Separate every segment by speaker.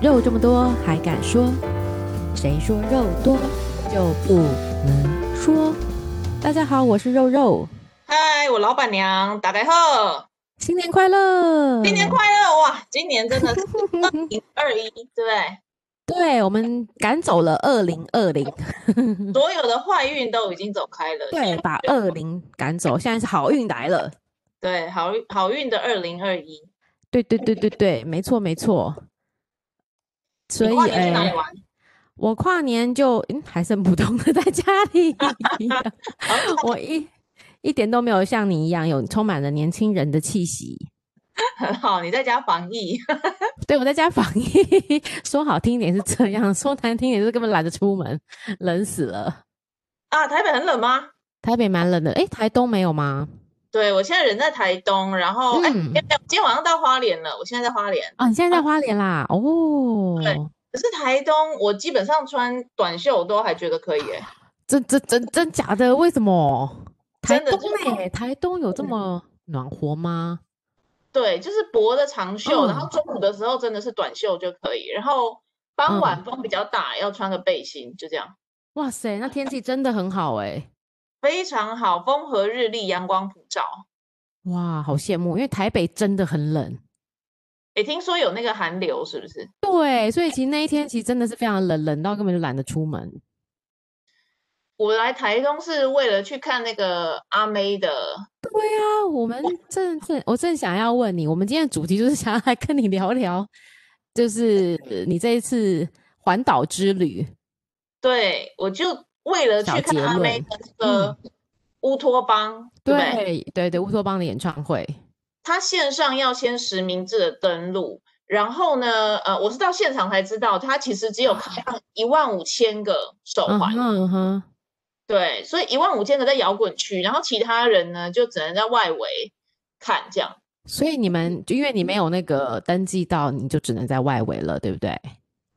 Speaker 1: 肉这么多还敢说？谁说肉多就不能说？大家好，我是肉肉，
Speaker 2: 嗨，我老板娘，打开后，
Speaker 1: 新年快乐！
Speaker 2: 新年快乐！哇，今年真的是二零二一，
Speaker 1: 嗯
Speaker 2: 对不对？
Speaker 1: 对我们赶走了二零二零，
Speaker 2: 所有的坏运都已经走开了。
Speaker 1: 对，把二零赶走，现在是好运来了。
Speaker 2: 对，好运好运的二零二一。
Speaker 1: 对对对对对，没错没错。所
Speaker 2: 你
Speaker 1: 以
Speaker 2: 跨年去哪里
Speaker 1: 哎，
Speaker 2: 玩？
Speaker 1: 我跨年就嗯还是很普通的在家 里，我一一点都没有像你一样有充满了年轻人的气息。哎
Speaker 2: 很好，你在家防疫。
Speaker 1: 对，我在家防疫，说好听一点是这样，说难听一点就是根本懒得出门，冷死了。
Speaker 2: 啊，台北很冷吗？
Speaker 1: 台北蛮冷的，诶，台东没有吗？
Speaker 2: 对，我现在人在台东，然后哎，
Speaker 1: 嗯
Speaker 2: 没有没有今天晚上到花莲了，我现在在花莲。
Speaker 1: 啊，你现在在花莲啦？哦，
Speaker 2: 可是台东，我基本上穿短袖我都还觉得可以哎。
Speaker 1: 真真真真假的？为什么？台
Speaker 2: 真的
Speaker 1: 东
Speaker 2: 就是
Speaker 1: 哎、台东有这么暖和吗？
Speaker 2: 对，就是薄的长袖，然后
Speaker 1: 嗯
Speaker 2: 中午的时候真的是短袖就可以，然后傍
Speaker 1: 嗯
Speaker 2: 晚风比较大，要穿个背心，就这样，
Speaker 1: 哇塞，那天气真的很好哎、
Speaker 2: 非常好，风和日丽，阳光普照。
Speaker 1: 哇，好羡慕，因为台北真的很冷。
Speaker 2: 也听说有那个寒流，是不是？
Speaker 1: 对，所以其实那一天其实真的是非常冷，冷到根本就懒得出门。
Speaker 2: 我来台东是为了去看那个阿妹的，
Speaker 1: 啊，我们正正，我正想要问你，我们今天的主题就是想要来跟你聊聊，就是呃你这一次环岛之旅。
Speaker 2: 对我就为了
Speaker 1: 小
Speaker 2: 去看
Speaker 1: 结
Speaker 2: 阿妹
Speaker 1: 论嗯
Speaker 2: 的那个乌托邦，对不对？
Speaker 1: 对对对，乌托邦的演唱会。
Speaker 2: 他线上要先实名制的登录，然后呢，呃，我是到现场才知道，他其实只有开放一万五千个手
Speaker 1: 啊嗯
Speaker 2: 哦环，
Speaker 1: 哼嗯哼，
Speaker 2: 对，所以一万五千个在摇滚区，然后其他人呢就只能在外围看这样。
Speaker 1: 所以你
Speaker 2: 嗯
Speaker 1: 们就因为你没有那个登记到，你就只能在外围了，对不对？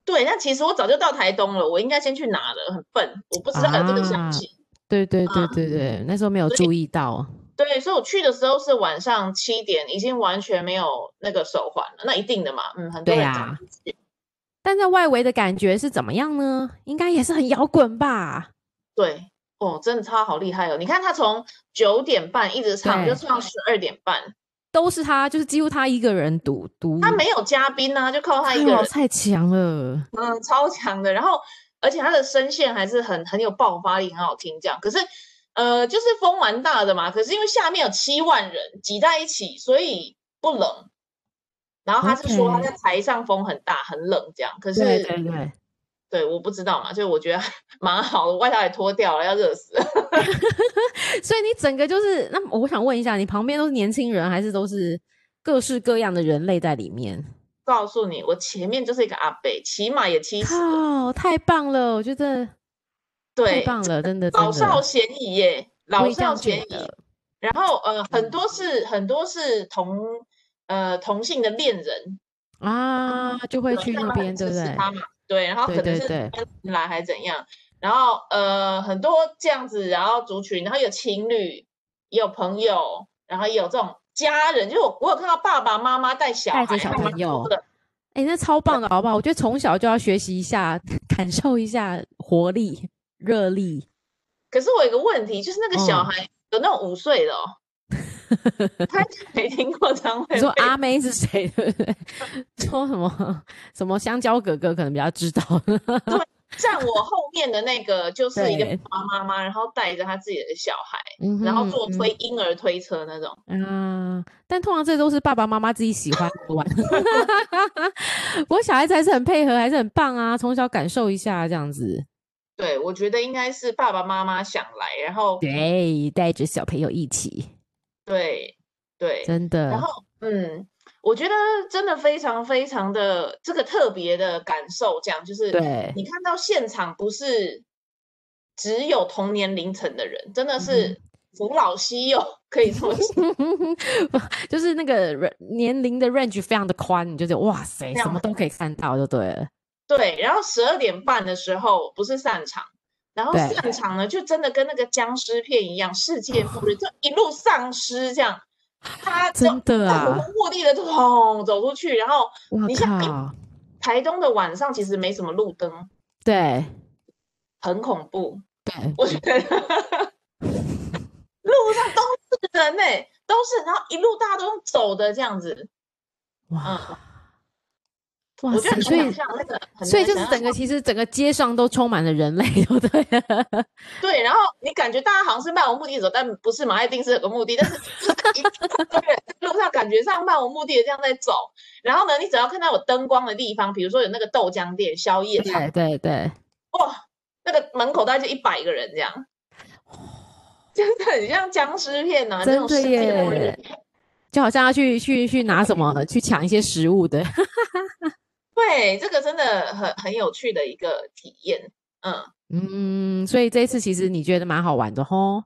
Speaker 2: 对，那其实我早就到台东了，我应该先去拿了，很笨，我不知道有这个
Speaker 1: 啊
Speaker 2: 消息。
Speaker 1: 对对对对对，那时候没有
Speaker 2: 嗯所以
Speaker 1: 注意到。
Speaker 2: 对，所以我去的时候是晚上七点，已经完全没有那个手环了，那一定的嘛，嗯，很
Speaker 1: 对
Speaker 2: 多人
Speaker 1: 呀
Speaker 2: 早就去
Speaker 1: 但在外围的感觉是怎么样呢？应该也是很摇滚吧？
Speaker 2: 对，哦，真的他好厉害哦！你看他从九点半一直唱，就
Speaker 1: 对
Speaker 2: 唱到十二点半，
Speaker 1: 都是他，就是几乎他一个人独独。
Speaker 2: 他没有嘉宾啊，就靠他
Speaker 1: 哎
Speaker 2: 一
Speaker 1: 呦
Speaker 2: 个人，
Speaker 1: 太强了。
Speaker 2: 嗯，超强的。然后，而且他的声线还是很很有爆发力，很好听。这样，可是，呃，就是风蛮大的嘛。可是因为下面有七万人挤在一起，所以不冷。然后他是说他
Speaker 1: OK
Speaker 2: 在台上风很大，很冷这样。可是，
Speaker 1: 对对对。
Speaker 2: 对我不知道嘛，就我觉得 蛮好的，外套也脱掉了，要热死了。
Speaker 1: 所以你整个就是，那我想问一下，你旁边都是年轻人，还是都是各式各样的人类在里面？
Speaker 2: 告诉你，我前面就是一个阿伯，起码也七十了，
Speaker 1: 靠，啊太棒了！我觉得太
Speaker 2: 对，
Speaker 1: 棒了，真的，
Speaker 2: 老
Speaker 1: 真的
Speaker 2: 少咸宜耶，
Speaker 1: 我
Speaker 2: 老
Speaker 1: 也这样
Speaker 2: 少
Speaker 1: 觉
Speaker 2: 咸宜。
Speaker 1: 得。嗯
Speaker 2: 然后呃，很多是很多是同呃同性的恋人
Speaker 1: 啊，就会去那边，对不
Speaker 2: 支持
Speaker 1: 对？
Speaker 2: 他嘛，对，然后
Speaker 1: 对
Speaker 2: 可能
Speaker 1: 对
Speaker 2: 是
Speaker 1: 对
Speaker 2: 跟人来还怎样，然后呃很多这样子，然后族群，然后有情侣，也有朋友，然后也有这种家人，就是我我有看到爸爸妈妈带小
Speaker 1: 带
Speaker 2: 孩，
Speaker 1: 着小
Speaker 2: 还蛮
Speaker 1: 朋
Speaker 2: 多
Speaker 1: 友
Speaker 2: 的，
Speaker 1: 哎、那超棒的，好不好？我觉得从小就要学习一下，感受一下活力、热 力。
Speaker 2: 可是我有一个问题，就是那个小
Speaker 1: 嗯
Speaker 2: 孩有那种五岁的 哦，他应该没听过张惠
Speaker 1: 你
Speaker 2: 妹
Speaker 1: 说啊阿妹是谁？ 对不对？说什么 什么香蕉哥哥可能比较知道。
Speaker 2: 站我后面的那个就是一个
Speaker 1: 对
Speaker 2: 爸爸妈妈，然后带着他自己的小孩，
Speaker 1: 嗯
Speaker 2: 然后
Speaker 1: 哼
Speaker 2: 坐
Speaker 1: 嗯
Speaker 2: 推婴儿推车那种。
Speaker 1: 啊，但通常这都是爸爸妈妈自己喜欢的玩， 不过小孩子还是很配合，还是很棒啊，从小感受一下这样子。
Speaker 2: 对，我觉得应该是爸爸妈妈想来，然后
Speaker 1: 对，带着小朋友一起，
Speaker 2: 对对，
Speaker 1: 真的。
Speaker 2: 然后嗯，我觉得真的非常非常的这个特别的感受，这样就是
Speaker 1: 对
Speaker 2: 你看到现场不是只有同年龄层的人，真的
Speaker 1: 嗯
Speaker 2: 是扶老西幼，可以这么说。
Speaker 1: 就是那个 ra- 年龄的 range 非常的宽，你就觉得哇塞，
Speaker 2: 非
Speaker 1: 什
Speaker 2: 常
Speaker 1: 么都可以看到，就对了。
Speaker 2: 啊对，啊然后十二点半的时候不是散场，然后
Speaker 1: 对
Speaker 2: 散场呢就真的跟那个僵尸片一样，世界末日就一路丧尸 这样，他就
Speaker 1: 哦真的
Speaker 2: 漫
Speaker 1: 啊
Speaker 2: 无目的的就轰走出去，然后
Speaker 1: 哇
Speaker 2: 你想
Speaker 1: 靠！
Speaker 2: 台东的晚上其实没什么路灯，
Speaker 1: 对
Speaker 2: 很恐怖。
Speaker 1: 对，
Speaker 2: 我觉得路上都是人呢、都是，然后一路大家都用走的这样子，嗯
Speaker 1: 哇哇
Speaker 2: 我觉得
Speaker 1: 塞，
Speaker 2: 很
Speaker 1: 所
Speaker 2: 难
Speaker 1: 以
Speaker 2: 想象那个很难
Speaker 1: 所以就是
Speaker 2: 想象
Speaker 1: 整个其实整个街上都充满了人类，对不对？
Speaker 2: 对，然后你感觉大家好像是漫无目的地走，但不是嘛？一定是有个目的，但是就是一堆人在路上感觉上漫无目的的这样在走。然后呢，你只要看到有灯光的地方，比如说有那个豆浆店、宵 夜
Speaker 1: 对
Speaker 2: 场，
Speaker 1: 对对，
Speaker 2: 哇，那个门口大概就一百个人这样，真的很像僵尸片呐、啊，那
Speaker 1: 真
Speaker 2: 种
Speaker 1: 的
Speaker 2: 世界末日
Speaker 1: 耶。就好像要去去去拿什么，去抢一些食物的。
Speaker 2: 对，这个真的很很有趣的一个体验，嗯，
Speaker 1: 嗯，所以这一次其实你觉得蛮好玩的吼，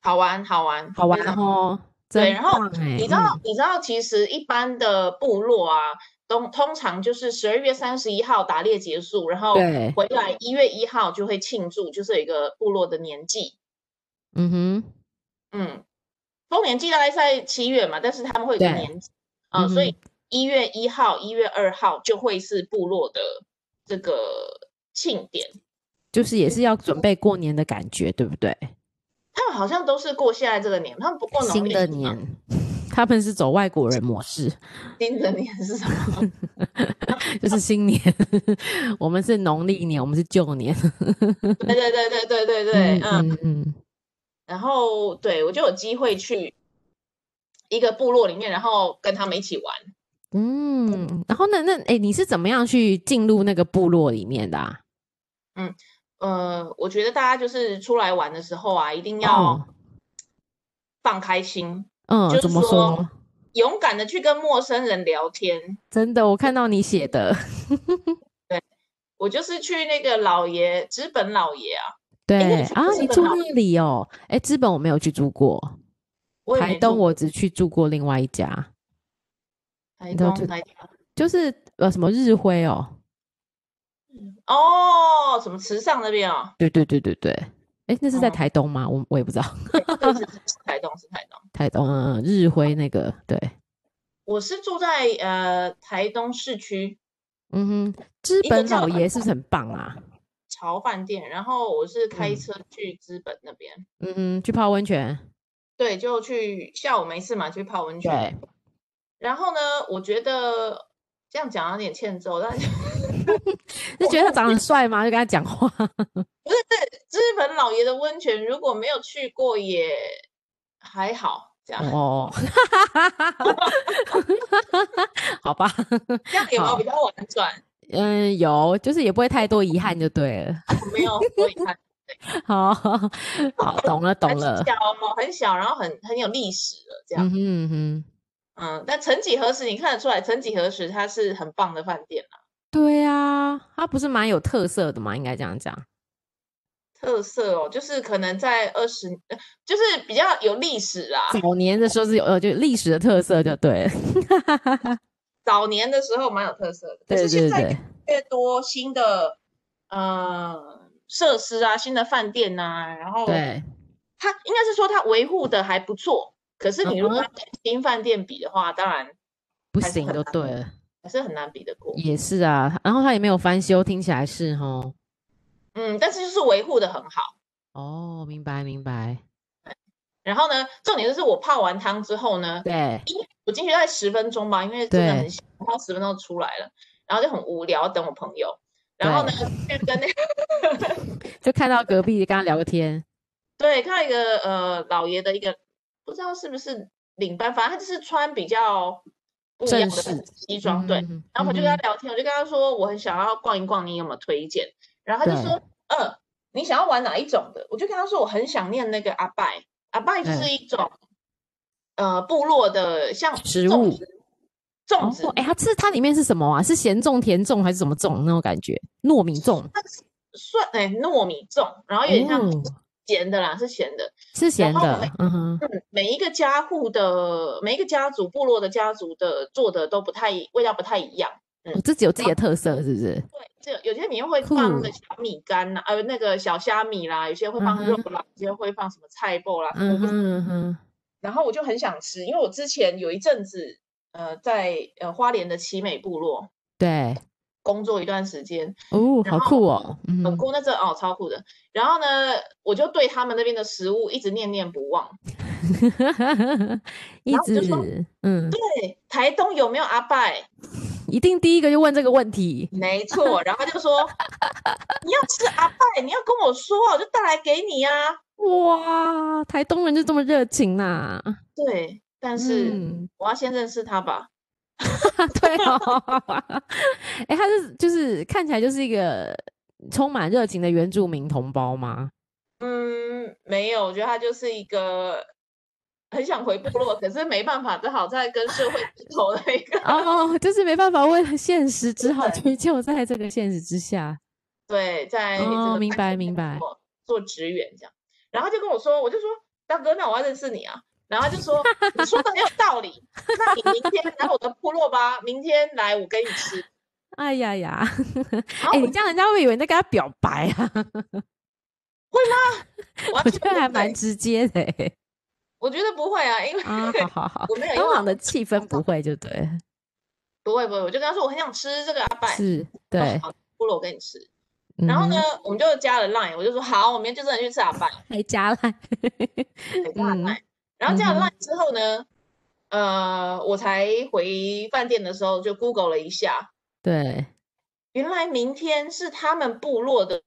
Speaker 2: 好玩，好玩，
Speaker 1: 好玩哦
Speaker 2: 非常
Speaker 1: 吼，
Speaker 2: 对
Speaker 1: 真
Speaker 2: 然后
Speaker 1: 棒欸
Speaker 2: 你知道，你知道，其实一般的部落啊，通通常就是十二月三十一号打猎结束，然后
Speaker 1: 嗯对
Speaker 2: 回来一月一号就会庆祝，就是有一个部落的年
Speaker 1: 嗯
Speaker 2: 祭。
Speaker 1: 嗯哼，
Speaker 2: 嗯，丰年祭大概在七月嘛，但是他们会有个
Speaker 1: 对
Speaker 2: 年祭啊、
Speaker 1: 嗯
Speaker 2: 所以一月一号、一月二号就会是部落的这个庆典。
Speaker 1: 就是也是要准备过年的感觉，对不对？
Speaker 2: 他们好像都是过现在这个年，他们不过农
Speaker 1: 新
Speaker 2: 历
Speaker 1: 的
Speaker 2: 是吗
Speaker 1: 年， 他们是走外国人模式，
Speaker 2: 新的年是什么？
Speaker 1: 就是新年， 我们是农历年，我们是旧年。
Speaker 2: 对对对对对对对，嗯
Speaker 1: 嗯嗯，
Speaker 2: 然后对我就有机会去一个部落里面，然后跟他们一起玩。
Speaker 1: 嗯嗯然后那那哎，你是怎么样去进入那个部落里面的啊？
Speaker 2: 呃，我觉得大家就是出来玩的时候啊，一定
Speaker 1: 哦
Speaker 2: 要放开心，
Speaker 1: 嗯，
Speaker 2: 就是
Speaker 1: 怎么
Speaker 2: 说
Speaker 1: 说？
Speaker 2: 勇敢的去跟陌生人聊天。
Speaker 1: 真的，我看到你写的，
Speaker 2: 我就是去那个老爷资本老爷啊，你
Speaker 1: 对
Speaker 2: 去
Speaker 1: 啊
Speaker 2: 过，日
Speaker 1: 你
Speaker 2: 本
Speaker 1: 住
Speaker 2: 吗
Speaker 1: 那里哦？哎，资本我没有去住过，
Speaker 2: 我也
Speaker 1: 台
Speaker 2: 没
Speaker 1: 东
Speaker 2: 住过
Speaker 1: 我只去住过另外一家，
Speaker 2: 台
Speaker 1: 你都
Speaker 2: 东
Speaker 1: 住
Speaker 2: 台东
Speaker 1: 就是呃什么日辉哦，，
Speaker 2: 哦，什么池上那边啊
Speaker 1: 对对对对对，哎，那是在
Speaker 2: 哦
Speaker 1: 台东吗？我我也不知道，
Speaker 2: 对是是是台东是台东，
Speaker 1: 台东嗯嗯日辉那个对，
Speaker 2: 我是住在呃台东市区
Speaker 1: 嗯哼，资
Speaker 2: 一个
Speaker 1: 本
Speaker 2: 叫
Speaker 1: 老爷是不是很棒啊？
Speaker 2: 潮饭店，然后我是开
Speaker 1: 嗯
Speaker 2: 车去资本那边。
Speaker 1: 嗯哼，去泡温泉，
Speaker 2: 对，就去下午没事嘛，去泡温泉。然后呢，我觉得这样讲有点欠揍，但是
Speaker 1: 是觉得他长得很帅吗？就跟他讲话，
Speaker 2: 日本老爷的温泉如果没有去过也还好，这样
Speaker 1: 哦，好吧，
Speaker 2: 这样有没有比较婉转？
Speaker 1: 嗯，有，就是也不会太多遗憾就对了。
Speaker 2: 我没有所以它
Speaker 1: 好，好，懂了， 懂
Speaker 2: 很
Speaker 1: 了。
Speaker 2: 小很小，然后很很有历史了，这样。
Speaker 1: 嗯哼嗯哼，
Speaker 2: 嗯，但曾几何时，你看得出来，曾几何时它是很棒的饭店啊，
Speaker 1: 对啊，他不是蛮有特色的嘛，应该这样讲。
Speaker 2: 特色哦，就是可能在二十，呃就是比较有历史啊。
Speaker 1: 早年的时候是有呃，就历史的特色就对了。
Speaker 2: 早年的时候蛮有特色的，可
Speaker 1: 对
Speaker 2: 是
Speaker 1: 对
Speaker 2: 现在
Speaker 1: 对，
Speaker 2: 越多新的呃设施啊、新的饭店呐、然后
Speaker 1: 对，
Speaker 2: 它应该是说它维护的还不错。可是你如果
Speaker 1: 嗯
Speaker 2: 要跟新饭店比的话，当然
Speaker 1: 不
Speaker 2: 还是
Speaker 1: 行
Speaker 2: 很
Speaker 1: 就
Speaker 2: 难哦
Speaker 1: 对了，
Speaker 2: 还是很难比得过。
Speaker 1: 也是啊。然后他也没有翻修，听起来是哦。
Speaker 2: 嗯，但是就是维护的很好。
Speaker 1: 哦，明白明白。
Speaker 2: 然后呢，重点就是我泡完汤之后呢，
Speaker 1: 对，
Speaker 2: 我进去大概十分钟吧，因为真的
Speaker 1: 对
Speaker 2: 很小，泡十分钟就出来了，然后就很无聊等我朋友。然后呢，去跟那个
Speaker 1: 就看到隔壁跟他聊个天。
Speaker 2: 对，看到一个呃老爷的一个，不知道是不是领班，反正他就是穿比较不一
Speaker 1: 正
Speaker 2: 样
Speaker 1: 式
Speaker 2: 的西装，对。
Speaker 1: 嗯，
Speaker 2: 然后我就跟他
Speaker 1: 嗯
Speaker 2: 聊天，我就跟他说我很想要逛一逛，你有没有推荐？然后他就
Speaker 1: 对
Speaker 2: 说，嗯，你想要玩哪一种的？我就跟他说我很想念那个阿拜，阿拜就是
Speaker 1: 对
Speaker 2: 一种呃部落的像
Speaker 1: 食
Speaker 2: 粽
Speaker 1: 物
Speaker 2: 子粽子
Speaker 1: 哦，哎、它吃它里面是什么啊？是咸粽、甜粽还是什么粽那种感觉？糯米粽
Speaker 2: 蒜哎糯米粽，然后有点像
Speaker 1: 哦
Speaker 2: 咸的啦，是咸的。
Speaker 1: 是咸
Speaker 2: 后
Speaker 1: 的
Speaker 2: 每，
Speaker 1: 嗯哼，
Speaker 2: 嗯，每一个家户的每一个家族部落的家族的做的都不太一味道不太一样。
Speaker 1: 哦自己有自己的特色，是不是？
Speaker 2: 对，这有些里面会放那
Speaker 1: 酷
Speaker 2: 个小米干呐、呃，那个小虾米啦，有些会放肉啦，有些会放什么菜脯啦，我
Speaker 1: 嗯
Speaker 2: 不
Speaker 1: 哼
Speaker 2: 知
Speaker 1: 嗯哼，
Speaker 2: 然后我就很想吃，因为我之前有一阵子，呃，在呃花莲的奇美部落，
Speaker 1: 对，
Speaker 2: 工作一段时间，
Speaker 1: 哦，好
Speaker 2: 然后
Speaker 1: 酷哦，嗯
Speaker 2: 很酷，那真的哦超酷的。然后呢，我就对他们那边的食物一直念念不忘。
Speaker 1: 一
Speaker 2: 然后我就说
Speaker 1: 直嗯，
Speaker 2: 对，台东有没有阿拜？
Speaker 1: 一定第一个就问这个问题，
Speaker 2: 没错，然后他就说你要吃阿拜，你要跟我说，我就带来给你呀、啊。
Speaker 1: 哇，台东人就这么热情呐、
Speaker 2: 对，但是、
Speaker 1: 嗯
Speaker 2: 我要先认识他吧。
Speaker 1: 对哦，哎、他是就是看起来就是一个充满热情的原住民同胞吗？
Speaker 2: 嗯，没有，我觉得他就是一个很想回部落，可是没办法，只好在跟社会低头的一个。
Speaker 1: 哦，就是没办法，为了现实，只好
Speaker 2: 对
Speaker 1: 屈就在这个现实之下。
Speaker 2: 对，在这
Speaker 1: 哦
Speaker 2: 个
Speaker 1: 明
Speaker 2: 饭
Speaker 1: 白
Speaker 2: 店
Speaker 1: 明
Speaker 2: 工
Speaker 1: 白
Speaker 2: 作做职员这样，然后他就跟我说，我就说大哥，那我要认识你啊，然后他就说你说的很有道理，那你明天来我的部落吧，明天来我跟你吃，
Speaker 1: 哎呀呀，
Speaker 2: 然
Speaker 1: 哎、
Speaker 2: 后我
Speaker 1: 你这样人家会以为你在跟他表白啊，
Speaker 2: 我
Speaker 1: 我
Speaker 2: 完
Speaker 1: 觉
Speaker 2: 全
Speaker 1: 得
Speaker 2: 不
Speaker 1: 还蛮
Speaker 2: 会
Speaker 1: 直接的、欸。
Speaker 2: 我觉得不会 啊，因为
Speaker 1: 啊，好好好，
Speaker 2: 我没有因为
Speaker 1: 当
Speaker 2: 我
Speaker 1: 场的气氛不会就对，
Speaker 2: 不会不会，我就跟他说我很想吃这个阿拜，
Speaker 1: 是，
Speaker 2: 他说
Speaker 1: 对。
Speaker 2: 好部落我跟你吃，然后呢
Speaker 1: 嗯，
Speaker 2: 我们就加了 line，我就说好，我明天就真的去吃阿拜，
Speaker 1: 还加了，
Speaker 2: 对加了
Speaker 1: 嗯
Speaker 2: line，然后加
Speaker 1: 嗯
Speaker 2: 了
Speaker 1: 哼
Speaker 2: line 之后呢，呃，我才回饭店的时候就 Google 了一下。
Speaker 1: 对，
Speaker 2: 原来明天是他们部落的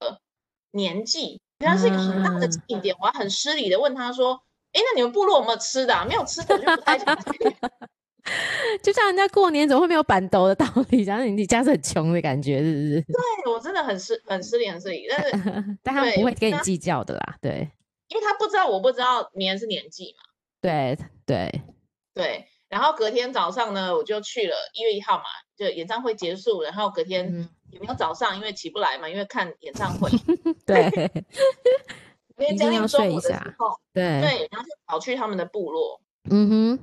Speaker 2: 年祭，原来是一个很大的
Speaker 1: 嗯
Speaker 2: 庆典。我还很失礼的问他说：“哎，那你们部落有没有吃的、啊？没有吃的我就不太想去。
Speaker 1: 就像人家过年怎么会没有板豆的道理？然后你你家是很穷的感觉，是不
Speaker 2: 对”哎我真的很失很失礼，很失礼。但是
Speaker 1: 是？但他们不
Speaker 2: 对
Speaker 1: 会跟你
Speaker 2: 那
Speaker 1: 计较的啦，对
Speaker 2: 因为他不知道，我不知道明年是年祭嘛，
Speaker 1: 对对，
Speaker 2: 对。然后隔天早上呢，我就去了一月一号嘛，就演唱会结束，然后隔天
Speaker 1: 嗯，
Speaker 2: 也没有早上，因为起不来嘛，因为看演唱 会，
Speaker 1: 对
Speaker 2: 因为
Speaker 1: 一
Speaker 2: 将
Speaker 1: 定要
Speaker 2: 近中
Speaker 1: 睡
Speaker 2: 午
Speaker 1: 一
Speaker 2: 的时
Speaker 1: 下
Speaker 2: 候，
Speaker 1: 对，
Speaker 2: 对，然后就跑去他们的部落，
Speaker 1: 嗯哼，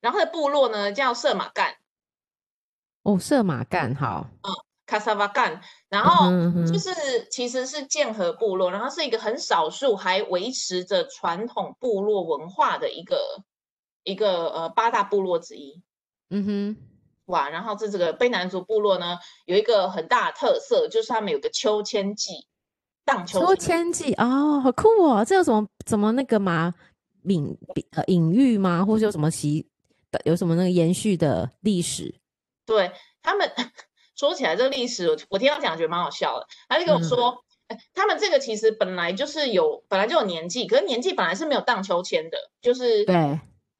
Speaker 2: 然后他的部落呢叫社马干。
Speaker 1: 哦，射马干好，
Speaker 2: 卡萨瓦干，然
Speaker 1: 嗯
Speaker 2: 后
Speaker 1: 哼嗯哼
Speaker 2: 就是其实是剑河部落，然后是一个很少数还维持着传统部落文化的一个一个呃八大部落之一
Speaker 1: 嗯哼，
Speaker 2: 哇。然后这这个卑南族部落呢，有一个很大的特色，就是他们有个秋千季，荡秋
Speaker 1: 抽
Speaker 2: 千。
Speaker 1: 签记哦，好酷哦！这有什么怎么那个嘛隐呃隐喻吗？或是有什么习的有什么那个延续的历史？
Speaker 2: 对他们 说起来这个历史，我我听他讲觉得蛮好笑的，他就跟我
Speaker 1: 嗯
Speaker 2: 说。哎他们这个其实本来就是有，本来就有年纪，可是年纪本来是没有荡秋千的，就是
Speaker 1: 对，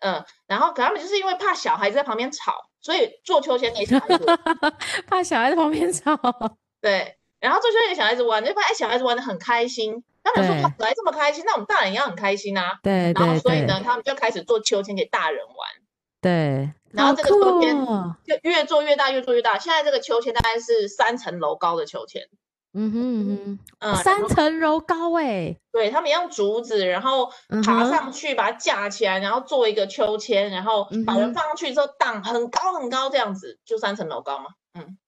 Speaker 2: 嗯，然后可他们就是因为怕小孩子在旁边吵，所以做秋千给小孩子玩。
Speaker 1: 怕小孩在旁边吵，
Speaker 2: 对，然后做秋千给小孩子玩，就发现哎小孩子玩的很开心。他们想说哇
Speaker 1: 对
Speaker 2: 小孩这么开心，那我们大人也要很开心啊。
Speaker 1: 对
Speaker 2: 然后
Speaker 1: 对
Speaker 2: 所以
Speaker 1: 对
Speaker 2: 呢，他们就开始做秋千给大人玩，
Speaker 1: 对，
Speaker 2: 然后
Speaker 1: 好
Speaker 2: 这个秋
Speaker 1: 酷
Speaker 2: 千
Speaker 1: 哦，
Speaker 2: 就越做越大，越做越大。现在这个秋千大概是三层楼高的秋千，
Speaker 1: 嗯哼嗯
Speaker 2: 嗯，
Speaker 1: 哼，
Speaker 2: 然
Speaker 1: 三
Speaker 2: 后
Speaker 1: 层楼高哎，
Speaker 2: 对他们用竹子，然后
Speaker 1: 嗯
Speaker 2: 爬
Speaker 1: 哼
Speaker 2: 上去把它架起来，然后做一个秋千，然后
Speaker 1: 嗯
Speaker 2: 把
Speaker 1: 哼
Speaker 2: 人放上去之后荡很高很高这样子，就三层楼高嘛。嗯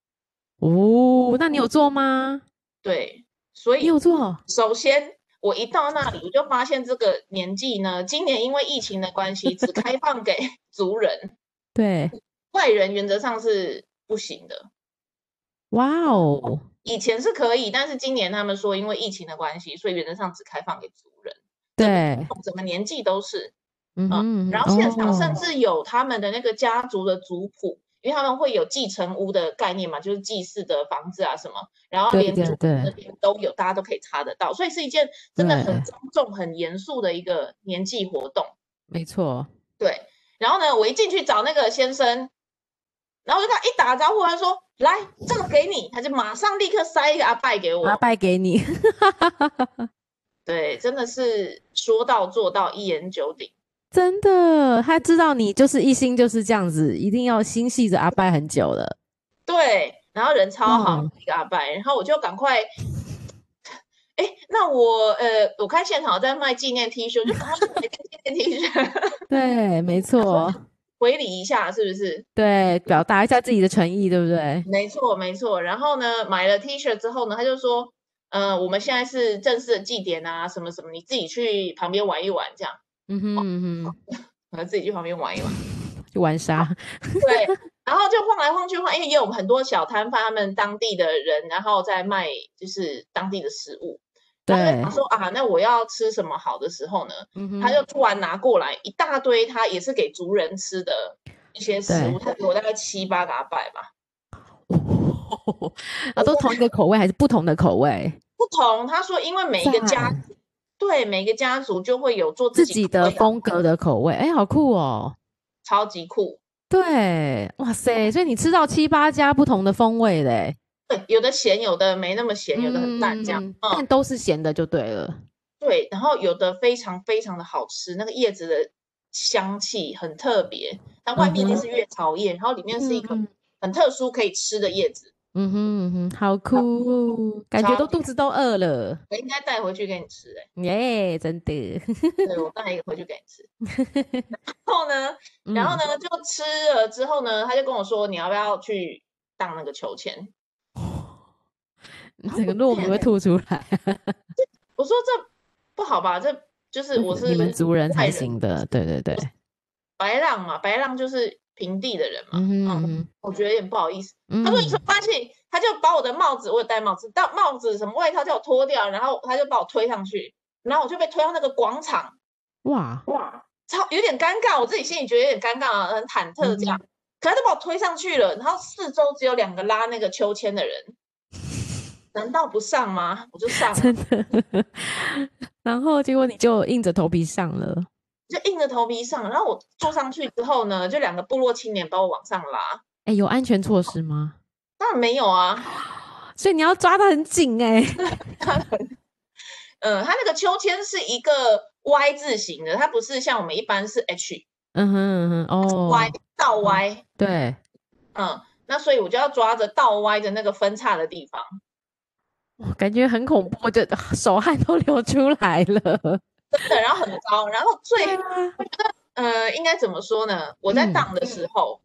Speaker 1: 哦，那你有做吗？
Speaker 2: 对，所
Speaker 1: 你
Speaker 2: 以
Speaker 1: 有做？
Speaker 2: 首先，我一到那里，我就发现这个年纪呢，今年因为疫情的关系，只开放给 族人，
Speaker 1: 对，
Speaker 2: 外人原则上是不行的。
Speaker 1: 哇哦，
Speaker 2: 以前是可以，但是今年他们说因为疫情的关系，所以原则上只开放给族人，
Speaker 1: 对，
Speaker 2: 整个年纪都是。
Speaker 1: 嗯哼，
Speaker 2: 啊然后现场
Speaker 1: 哦
Speaker 2: 甚至有他们的那个家族的族谱，因为他们会有继承屋的概念嘛，就是祭祀的房子啊什么，然后
Speaker 1: 对
Speaker 2: 连
Speaker 1: 对
Speaker 2: 族
Speaker 1: 对
Speaker 2: 那边都有，大家都可以查得到，所以是一件真的很
Speaker 1: 对
Speaker 2: 庄重、很严肃的一个年纪活动。
Speaker 1: 没错，
Speaker 2: 对，然后呢，我一进去找那个先生，然后我就跟他一打招呼，他说：“来，这个给你。”他就马上立刻塞一个阿拜给我。
Speaker 1: 阿拜给你，
Speaker 2: 对，真的是说到做到，一言九鼎。
Speaker 1: 真的，他知道你就是一心就是这样子，一定要心系着阿拜很久了。
Speaker 2: 对，然后人超好
Speaker 1: 哇，
Speaker 2: 一个阿伯，然后我就赶快，哎，那我呃，我看现场有在卖纪念 T 恤，我就赶快去买个纪念 T 恤
Speaker 1: 对，没错，
Speaker 2: 回礼一下，是不是？
Speaker 1: 对，表达一下自己的诚意，对不对？
Speaker 2: 没错，没错。然后呢，买了 T 恤之后呢，他就说，呃，我们现在是正式的祭典啊，什么什么，你自己去旁边玩一玩，这样，
Speaker 1: 嗯哼嗯哼，
Speaker 2: 我自己去旁边玩一玩。
Speaker 1: 就玩沙，
Speaker 2: 对，然后就晃来晃去晃，因为也有很多小摊贩，他们当地的人，然后在卖就是当地的食物。他就
Speaker 1: 对
Speaker 2: 想，说啊，那我要吃什么好的时候呢？
Speaker 1: 嗯哼
Speaker 2: 他就突然拿过来一大堆，他也是给族人吃的一些食物，他给我大概七八个拜吧，
Speaker 1: 啊，都同一个口味还是不同的口味？
Speaker 2: 不同。他说，因为每一个家
Speaker 1: 赞
Speaker 2: 族，对每个家族就会有做
Speaker 1: 自
Speaker 2: 己
Speaker 1: 己
Speaker 2: 口味啊
Speaker 1: 的风格的口味，哎、好酷哦！
Speaker 2: 超级酷。
Speaker 1: 对，哇塞，所以你吃到七八家不同的风味嘞，
Speaker 2: 对，有的咸，有的没那么咸，有的很淡，这样。
Speaker 1: 嗯
Speaker 2: 嗯，
Speaker 1: 但都是咸的就对了。
Speaker 2: 对。然后有的非常非常的好吃，那个叶子的香气很特别，它外面
Speaker 1: 嗯
Speaker 2: 一定
Speaker 1: 哼
Speaker 2: 是月草叶，然后里面是一个
Speaker 1: 嗯
Speaker 2: 很特殊可以吃的叶子。
Speaker 1: 嗯哼嗯哼，好酷，感觉
Speaker 2: 超
Speaker 1: 都肚子都饿了，
Speaker 2: 我应该带回去给你吃、欸，
Speaker 1: 耶、真的。
Speaker 2: 对，我带一个回去给你吃。 然后呢， 然后
Speaker 1: 嗯
Speaker 2: 呢，就吃了之后呢，他就跟我说，你要不要去荡那个秋千？
Speaker 1: 嗯，整个糯米会吐出来，
Speaker 2: 我说这不好吧，这就是我是
Speaker 1: 嗯你们族人
Speaker 2: 外
Speaker 1: 才
Speaker 2: 人
Speaker 1: 行的，对对对，
Speaker 2: 白浪嘛，白浪就是平地的人嘛。
Speaker 1: 嗯哼
Speaker 2: 嗯，
Speaker 1: 嗯
Speaker 2: 我觉得有点不好意思。
Speaker 1: 哼，
Speaker 2: 他说你
Speaker 1: 嗯
Speaker 2: 什么关系？他就把我的帽子，我有戴帽子，到帽子什么外套叫我脱掉，然后他就把我推上去，然后我就被推到那个广场，
Speaker 1: 哇，
Speaker 2: 哇，超有点尴尬，我自己心里觉得有点尴尬，很忐忑这样。
Speaker 1: 嗯
Speaker 2: 可他就把我推上去了，然后四周只有两个拉那个秋千的人，难道不上吗？我就上了，
Speaker 1: 真的。然后结果你就硬着头皮上了，
Speaker 2: 就硬着头皮上。然后我坐上去之后呢，就两个部落青年把我往上拉，
Speaker 1: 哎、有安全措施吗？
Speaker 2: 当然没有啊，
Speaker 1: 哦所以你要抓得很紧哎、
Speaker 2: 嗯，它那个秋千是一个 Y 字形的，它不是像我们一般是 H
Speaker 1: 嗯哼嗯哼，哦，
Speaker 2: Y 倒 Y，
Speaker 1: 对，
Speaker 2: 嗯，那所以我就要抓着倒 Y 的那个分叉的地方，
Speaker 1: 哇感觉很恐怖，我觉得 手汗都流出来了。
Speaker 2: 真的，然后很高，然后最
Speaker 1: 啊，
Speaker 2: 呃，应该怎么说呢？我在
Speaker 1: 嗯
Speaker 2: 荡的时候，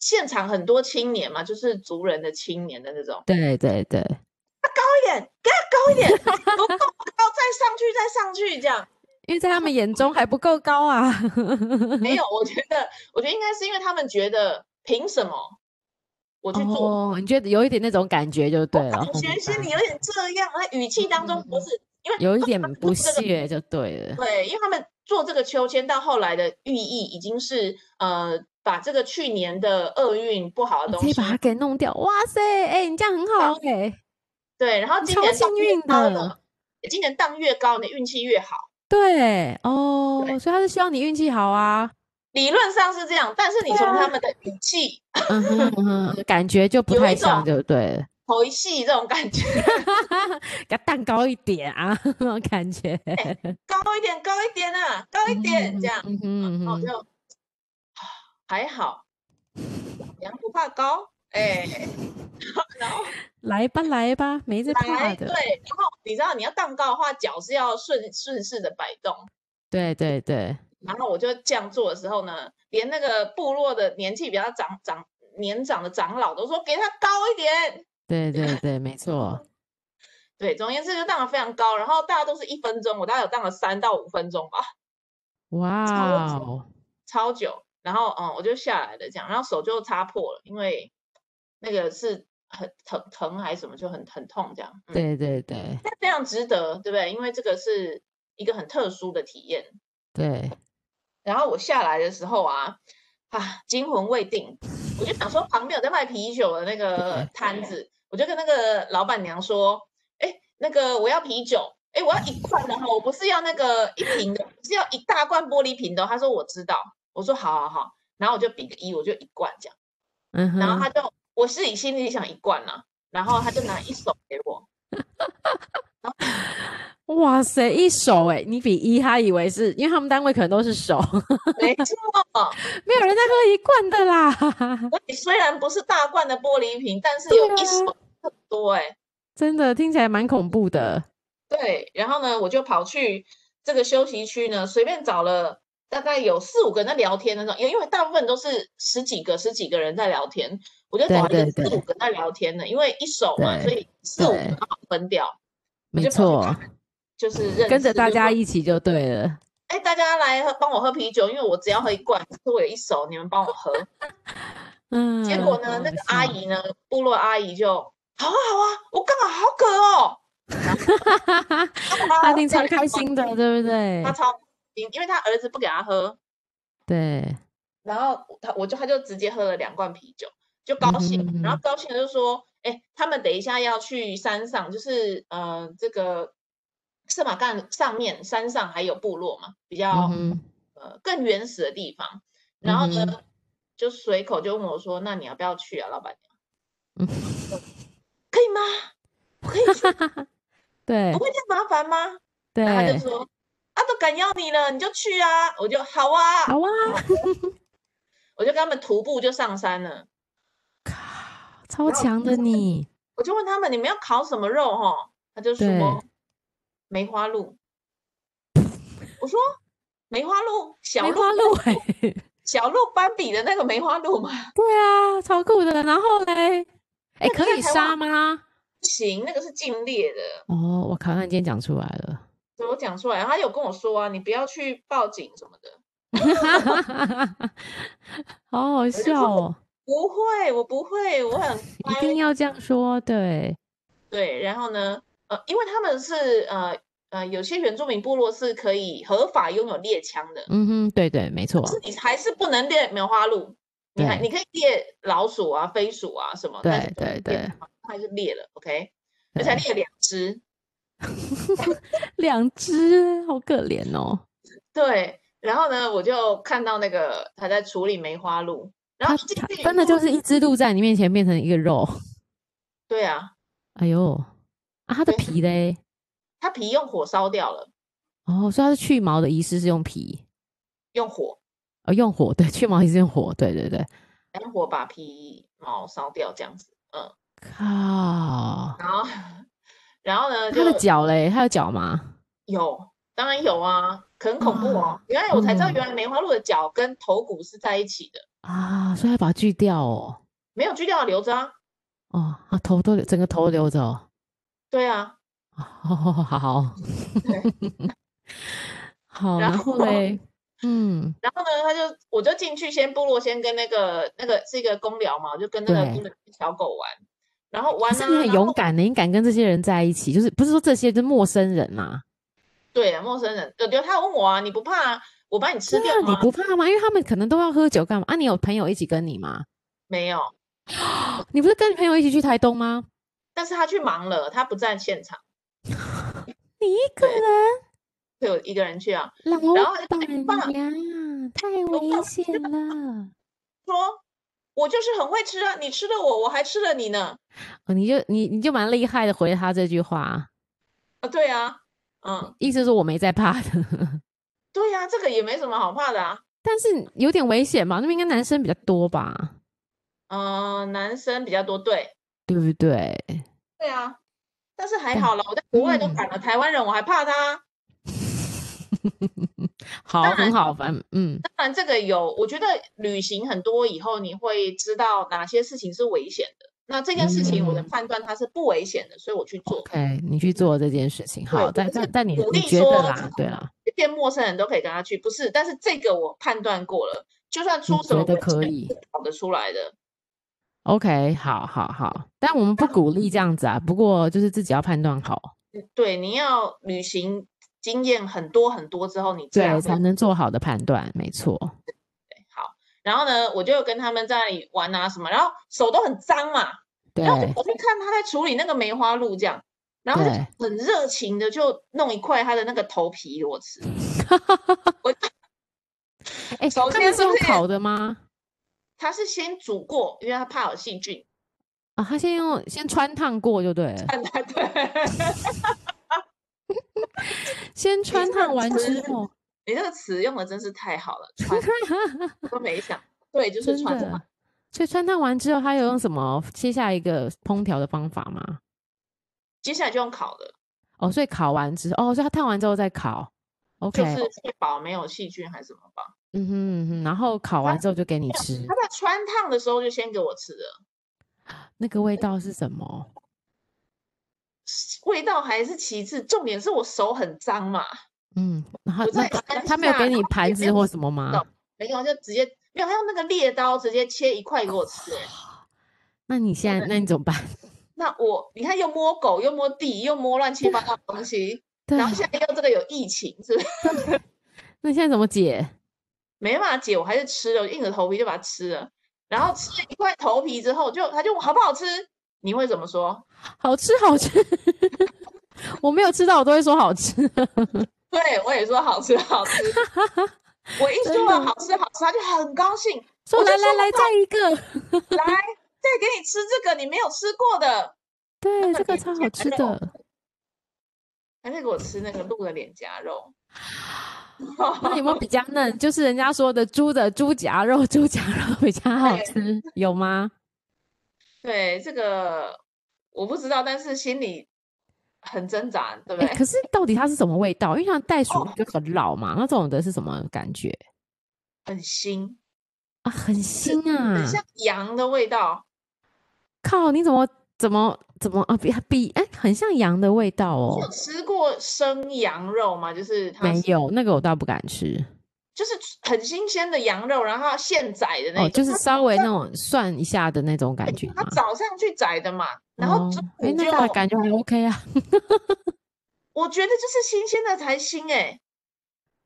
Speaker 2: 现场很多青年嘛，就是族人的青年的那种，
Speaker 1: 对对对，
Speaker 2: 高一点，给他高一 点，不够高，再上去，再上去，这样
Speaker 1: 因为在他们眼中还不够高啊。
Speaker 2: 没有。我觉得，我觉得应该是因为他们觉得凭什么我去做？
Speaker 1: 哦，你觉得有一点那种感觉就对了，
Speaker 2: 我学习
Speaker 1: 嗯
Speaker 2: 你有点这样，他语气当中不
Speaker 1: 嗯
Speaker 2: 是因为
Speaker 1: 有一
Speaker 2: 他
Speaker 1: 点
Speaker 2: 们
Speaker 1: 不
Speaker 2: 做这个
Speaker 1: 屑就对了。
Speaker 2: 对，因为他们做这个秋千到后来的寓意已经是呃，把这个去年的厄运不好
Speaker 1: 我
Speaker 2: 的东
Speaker 1: 可以
Speaker 2: 西
Speaker 1: 哦把它给弄掉，哇塞，哎、你这样很好哎、
Speaker 2: 对，然后
Speaker 1: 你
Speaker 2: 今
Speaker 1: 超
Speaker 2: 年
Speaker 1: 幸
Speaker 2: 荡越
Speaker 1: 运
Speaker 2: 高
Speaker 1: 的
Speaker 2: 了，今年荡越高，你的运气越好。
Speaker 1: 对哦，
Speaker 2: 对
Speaker 1: 所以他是希望你运气好啊，
Speaker 2: 理论上是这样，但是你
Speaker 1: 对
Speaker 2: 从他
Speaker 1: 啊
Speaker 2: 们的语气、
Speaker 1: 嗯哼嗯哼，感觉就不
Speaker 2: 有一
Speaker 1: 太像
Speaker 2: 种
Speaker 1: 就对了，
Speaker 2: 回戏这种感觉，
Speaker 1: 给它蛋高一点啊， 那种感觉。
Speaker 2: 高一点，高一点啊，高一点，这样，
Speaker 1: 嗯哼嗯
Speaker 2: 然后
Speaker 1: 哼，
Speaker 2: 就啊还好，老娘不怕高，哎、然后
Speaker 1: 来吧来吧，没在怕
Speaker 2: 来对，
Speaker 1: 的
Speaker 2: 然。后你知道你要荡高的话，脚是要顺顺势的摆动。
Speaker 1: 对对对，
Speaker 2: 然后我就这样做的时候呢，连那个部落的年纪比较长长年长的长老都说给他高一点。
Speaker 1: 对对对，没错。
Speaker 2: 对，总而言之就荡得非常高，然后大家都是一分钟，我大概有荡了三到五分钟吧，
Speaker 1: 哇
Speaker 2: 久
Speaker 1: 哦，
Speaker 2: 超久。然后嗯，我就下来了这样，然后手就擦破了，因为那个是很疼疼还是什么，就很很痛这样。嗯，
Speaker 1: 对对对
Speaker 2: 但非常值得，对不对？因为这个是一个很特殊的体验。
Speaker 1: 对，
Speaker 2: 然后我下来的时候啊，啊，惊魂未定，我就想说旁边有在卖啤酒的那 个摊子，我就跟那个老板娘说，哎，那个我要啤酒，哎，我要一罐的哈，我不是要那个一瓶的，是要一大罐玻璃瓶的哦。她说我知道，我说好好好，然后我就比个一，我就一罐这样，
Speaker 1: 嗯哼。
Speaker 2: 然后她就，我自己心里想一罐啦、然后她就拿一手给我，
Speaker 1: 哇塞，一手哎、你比一，他以为是因为他们单位可能都是手，
Speaker 2: 没错，
Speaker 1: 没有人在喝一罐的啦。
Speaker 2: 所以虽然不是大罐的玻璃瓶，但是
Speaker 1: 对
Speaker 2: 有一
Speaker 1: 啊
Speaker 2: 手很多哎、
Speaker 1: 真的听起来蛮恐怖的。
Speaker 2: 对，然后呢，我就跑去这个休息区呢，随便找了大概有四五个人在聊天那种，因为因为大部分都是十几个、十几个人在聊天，我就
Speaker 1: 对
Speaker 2: 找一个
Speaker 1: 对
Speaker 2: 四
Speaker 1: 对
Speaker 2: 五个在聊天的，因为一手嘛，所
Speaker 1: 对
Speaker 2: 以四五个
Speaker 1: 对
Speaker 2: 刚好分掉，
Speaker 1: 没
Speaker 2: 就跑去
Speaker 1: 错，
Speaker 2: 就是认
Speaker 1: 嗯跟着
Speaker 2: 识
Speaker 1: 大
Speaker 2: 就
Speaker 1: 家
Speaker 2: 说
Speaker 1: 一起就对了。
Speaker 2: 哎，大家来喝帮我喝啤酒，因为我只要喝一罐，可是我有一手，你们帮我喝。
Speaker 1: 嗯，
Speaker 2: 结果呢，
Speaker 1: 好
Speaker 2: 那个
Speaker 1: 笑
Speaker 2: 阿姨呢，部落阿姨就好啊好啊，我刚好好渴哦，
Speaker 1: 他
Speaker 2: 他
Speaker 1: 一定超开心的，对不对
Speaker 2: 他？超开心，因为他儿子不给他喝，
Speaker 1: 对，
Speaker 2: 然后我他我就他就直接喝了两罐啤酒，就高兴，
Speaker 1: 嗯哼嗯哼
Speaker 2: 然后高兴了就说，哎，他们等一下要去山上，就是呃这个圣马干上面山上还有部落嘛，比较、
Speaker 1: 嗯哼，
Speaker 2: 呃更原始的地方，然后呢
Speaker 1: 嗯哼
Speaker 2: 就随口就问我说，那你要不要去啊，老板
Speaker 1: 嗯
Speaker 2: 娘？我说可以吗？我可以去，
Speaker 1: 对
Speaker 2: 不会太麻 烦吗？然后他就
Speaker 1: 对，
Speaker 2: 说，啊都敢邀你了，你就去啊，我就好啊，
Speaker 1: 好啊，
Speaker 2: 我就跟他们徒步就上山了。
Speaker 1: 超
Speaker 2: 然后
Speaker 1: 强的
Speaker 2: 就是
Speaker 1: 你，
Speaker 2: 我就问他们你们要烤什么肉哦？他就
Speaker 1: 对
Speaker 2: 说梅花鹿。我说梅花鹿，小
Speaker 1: 梅
Speaker 2: 鹿
Speaker 1: 花
Speaker 2: 斑
Speaker 1: 鹿哎，
Speaker 2: 小鹿斑比的那个梅花鹿嘛，
Speaker 1: 对啊，超酷的。然后嘞，哎，
Speaker 2: 个
Speaker 1: 可
Speaker 2: 在
Speaker 1: 以
Speaker 2: 台
Speaker 1: 杀
Speaker 2: 湾
Speaker 1: 吗？
Speaker 2: 不行，那个是禁猎的。
Speaker 1: 哦，我靠，那你今天讲出来了，
Speaker 2: 所以我讲出来，他有跟我说啊，你不要去报警什么的。
Speaker 1: 好好
Speaker 2: 就
Speaker 1: 笑
Speaker 2: 说
Speaker 1: 哦，
Speaker 2: 不会，我不会，我很
Speaker 1: 一定
Speaker 2: 乖
Speaker 1: 要这样说，对，
Speaker 2: 对。然后呢，呃，因为他们是呃呃，有些原住民部落是可以合法拥有猎枪的，
Speaker 1: 嗯哼，对对，没错
Speaker 2: 可，是你还是不能猎梅花鹿，你还
Speaker 1: 对
Speaker 2: 你可以猎老鼠啊、飞鼠啊什么，但是
Speaker 1: 对
Speaker 2: 不
Speaker 1: 对
Speaker 2: 能猎
Speaker 1: 对
Speaker 2: 梅花鹿还是猎了，OK，而且还
Speaker 1: 对
Speaker 2: 猎了两只，
Speaker 1: 两只，好可怜哦。
Speaker 2: 对。然后呢，我就看到那个他在处理梅花鹿，然后
Speaker 1: 它
Speaker 2: 一进
Speaker 1: 它
Speaker 2: 去
Speaker 1: 真的就是一只鹿在你面前变成一个肉，
Speaker 2: 对啊，
Speaker 1: 哎呦，啊，它的
Speaker 2: 对
Speaker 1: 皮嘞，
Speaker 2: 它皮用火烧掉了，
Speaker 1: 哦，所以它是去毛的仪式是用皮，
Speaker 2: 用火，
Speaker 1: 哦，用火，对，去毛仪式用火，对对对，
Speaker 2: 用火把皮毛烧掉这样子，嗯，
Speaker 1: 靠，
Speaker 2: 然后然后呢
Speaker 1: 它的
Speaker 2: 就
Speaker 1: 脚嘞，它有脚吗？
Speaker 2: 有，当然有啊，很恐怖哦
Speaker 1: 哇。
Speaker 2: 原来我才知道，
Speaker 1: 嗯
Speaker 2: 原来梅花鹿的脚跟头骨是在一起的，
Speaker 1: 啊，所以要把它锯掉哦，
Speaker 2: 没有锯掉的留着啊。
Speaker 1: 哦，啊，头都留整个头留着哦。
Speaker 2: 对啊，
Speaker 1: 好好好 好，好，
Speaker 2: 然
Speaker 1: 然后
Speaker 2: 后
Speaker 1: 嘞，嗯，
Speaker 2: 然后呢，他就我就进去先部落，先跟那个那个是一个公寮嘛，我就跟那个公
Speaker 1: 对
Speaker 2: 寮小狗玩，然后
Speaker 1: 可
Speaker 2: 玩
Speaker 1: 是
Speaker 2: 啊，
Speaker 1: 你很
Speaker 2: 然
Speaker 1: 勇
Speaker 2: 后
Speaker 1: 敢的，你敢跟这些人在一起，就是不是说这些就是陌生人嘛？
Speaker 2: 对啊，陌生人，有有他问我啊，你不怕我把你吃
Speaker 1: 对
Speaker 2: 掉
Speaker 1: 啊，你
Speaker 2: 吗？
Speaker 1: 不怕吗？因为他们可能都要喝酒干嘛？啊，你有朋友一起跟你吗？
Speaker 2: 没有，
Speaker 1: 你不是跟你朋友一起去台东吗？
Speaker 2: 但是他去忙了，他不在现场，
Speaker 1: 你一个人，
Speaker 2: 所以我一个人去啊。
Speaker 1: 老
Speaker 2: 然后他就哎爸
Speaker 1: 板呀，太危险了！
Speaker 2: 说，我就是很会吃啊，你吃了我，我还吃了你呢。
Speaker 1: 哦，你就你你就蛮厉害的，回他这句话，
Speaker 2: 啊，对啊，嗯，
Speaker 1: 意思说我没在怕的，
Speaker 2: 对呀、这个也没什么好怕的啊。
Speaker 1: 但是有点危险吧？那边应该男生比较多吧，
Speaker 2: 嗯、男生比较多，对，
Speaker 1: 对不对？
Speaker 2: 对啊。但是还
Speaker 1: 但
Speaker 2: 好啦，我在国外都
Speaker 1: 嗯
Speaker 2: 砍了台湾人，我还怕他。啊
Speaker 1: 好，很
Speaker 2: 然
Speaker 1: 好，反正嗯，
Speaker 2: 当然，这个有，我觉得旅行很多以后，你会知道哪些事情是危险的。那这件事情，我的
Speaker 1: 嗯
Speaker 2: 判断它是不危险的，所以我去做。
Speaker 1: OK，你去做这件事情，好，
Speaker 2: 我
Speaker 1: 但
Speaker 2: 不是
Speaker 1: 但但你
Speaker 2: 鼓
Speaker 1: 你
Speaker 2: 励
Speaker 1: 觉
Speaker 2: 说
Speaker 1: 得啦，对啦，
Speaker 2: 随便陌生人都可以跟他去，不是？但是这个我判断过了，就算出什
Speaker 1: 觉
Speaker 2: 么
Speaker 1: 得
Speaker 2: 危
Speaker 1: 可
Speaker 2: 险
Speaker 1: 以
Speaker 2: 是跑得出来的。
Speaker 1: ，OK，好好好，但我们不鼓励这样子啊，不过就是自己要判断好，
Speaker 2: 对，你要旅行经验很多很多之后，你自然
Speaker 1: 对，
Speaker 2: 会
Speaker 1: 才能做好的判断，没错，
Speaker 2: 好。然后呢，我就跟他们在那里玩啊什么，然后手都很脏嘛，
Speaker 1: 对
Speaker 2: 然后我就跑去看他在处理那个梅花鹿这样，然后他
Speaker 1: 对，
Speaker 2: 就很热情的就弄一块他的那个头皮给我吃，
Speaker 1: 哎，
Speaker 2: 首
Speaker 1: 他
Speaker 2: 先
Speaker 1: 们
Speaker 2: 是
Speaker 1: 是
Speaker 2: 不
Speaker 1: 用
Speaker 2: 是
Speaker 1: 烤的吗？
Speaker 2: 他是先煮过，因为他怕有细菌，
Speaker 1: 啊，他先用先穿烫过就 对了，
Speaker 2: 看他 对，
Speaker 1: 先穿
Speaker 2: 这
Speaker 1: 烫
Speaker 2: 个
Speaker 1: 完之
Speaker 2: 词
Speaker 1: 后，
Speaker 2: 你这个词用的真是太好了，穿 我都没想，对，就是
Speaker 1: 真
Speaker 2: 穿上
Speaker 1: 的，所以穿烫完之后，他有用什么接下一个烹调的方法吗？
Speaker 2: 接下来就用烤的，
Speaker 1: 哦，所以烤完之后，哦，所以他烫完之后再烤，OK，
Speaker 2: 就是确保没有细菌还是什么吧。
Speaker 1: 嗯哼嗯哼，然后烤完之后就给你吃，
Speaker 2: 他在穿烫的时候就先给我吃了，
Speaker 1: 那个味道是什么？
Speaker 2: 味道还是其次，重点是我手很脏嘛，
Speaker 1: 嗯，然后
Speaker 2: 我
Speaker 1: 那
Speaker 2: 在
Speaker 1: 他
Speaker 2: 山
Speaker 1: 他没有
Speaker 2: 下
Speaker 1: 给你
Speaker 2: 然后也
Speaker 1: 盘
Speaker 2: 没
Speaker 1: 子
Speaker 2: 有
Speaker 1: 或什么吗？
Speaker 2: 然后就直接没有，他用那个猎刀直接切一块给我吃、欸
Speaker 1: 那你现在，那你怎么办？
Speaker 2: 那我你看又摸狗，又摸地，又摸乱七八糟的东西，
Speaker 1: 对啊
Speaker 2: 然后现在又这个有疫情，是不是？
Speaker 1: 那你现在怎么解？
Speaker 2: 没办法解，我还是吃了，我硬着头皮就把它吃了。然后吃了一块头皮之后，就他就问好不好吃？你会怎么说？
Speaker 1: 好吃，好吃。 我没有吃到，我都会说好吃。
Speaker 2: 对我也说好吃，好吃。我一说
Speaker 1: 真的
Speaker 2: 了好吃，好吃，他就很高兴，
Speaker 1: 说
Speaker 2: 我就
Speaker 1: 来来
Speaker 2: 说
Speaker 1: 来，
Speaker 2: 吧
Speaker 1: 再一个。
Speaker 2: 来，再给你吃这个你没有吃过的，
Speaker 1: 对，
Speaker 2: 那
Speaker 1: 这个
Speaker 2: 你
Speaker 1: 超
Speaker 2: 现
Speaker 1: 好
Speaker 2: 在
Speaker 1: 吃
Speaker 2: 肉
Speaker 1: 的。
Speaker 2: 还是给我吃那个鹿的脸颊肉。
Speaker 1: 那有没有比较嫩？就是人家说的猪的猪夹肉，猪夹 肉比较好
Speaker 2: 对
Speaker 1: 吃，有吗？
Speaker 2: 对这个我不知道，但是心里很挣扎，对不
Speaker 1: 哎、
Speaker 2: 对？
Speaker 1: 可是到底它是什么味道？因为像袋鼠
Speaker 2: 哦
Speaker 1: 就很老嘛，那种的是什么感觉
Speaker 2: 很腥，
Speaker 1: 啊？很腥啊
Speaker 2: 很！像羊的味道。
Speaker 1: 靠，你怎么怎么怎么啊？比比哎、很像羊的味道哦
Speaker 2: 你有。吃过生羊肉吗？就是它
Speaker 1: 没
Speaker 2: 是，
Speaker 1: 有，那个我倒不敢吃。
Speaker 2: 就是很新鲜的羊肉，然后它现宰的那
Speaker 1: 哦，
Speaker 2: 种，
Speaker 1: 就是
Speaker 2: 它
Speaker 1: 稍微那种涮一下的那种感觉
Speaker 2: 它
Speaker 1: 嘛。
Speaker 2: 早上去宰的嘛，然后
Speaker 1: 哦
Speaker 2: 中
Speaker 1: 哎、
Speaker 2: 午
Speaker 1: 那
Speaker 2: 就
Speaker 1: 大概感觉还 OK 啊，
Speaker 2: 我觉得就是新鲜的才腥哎、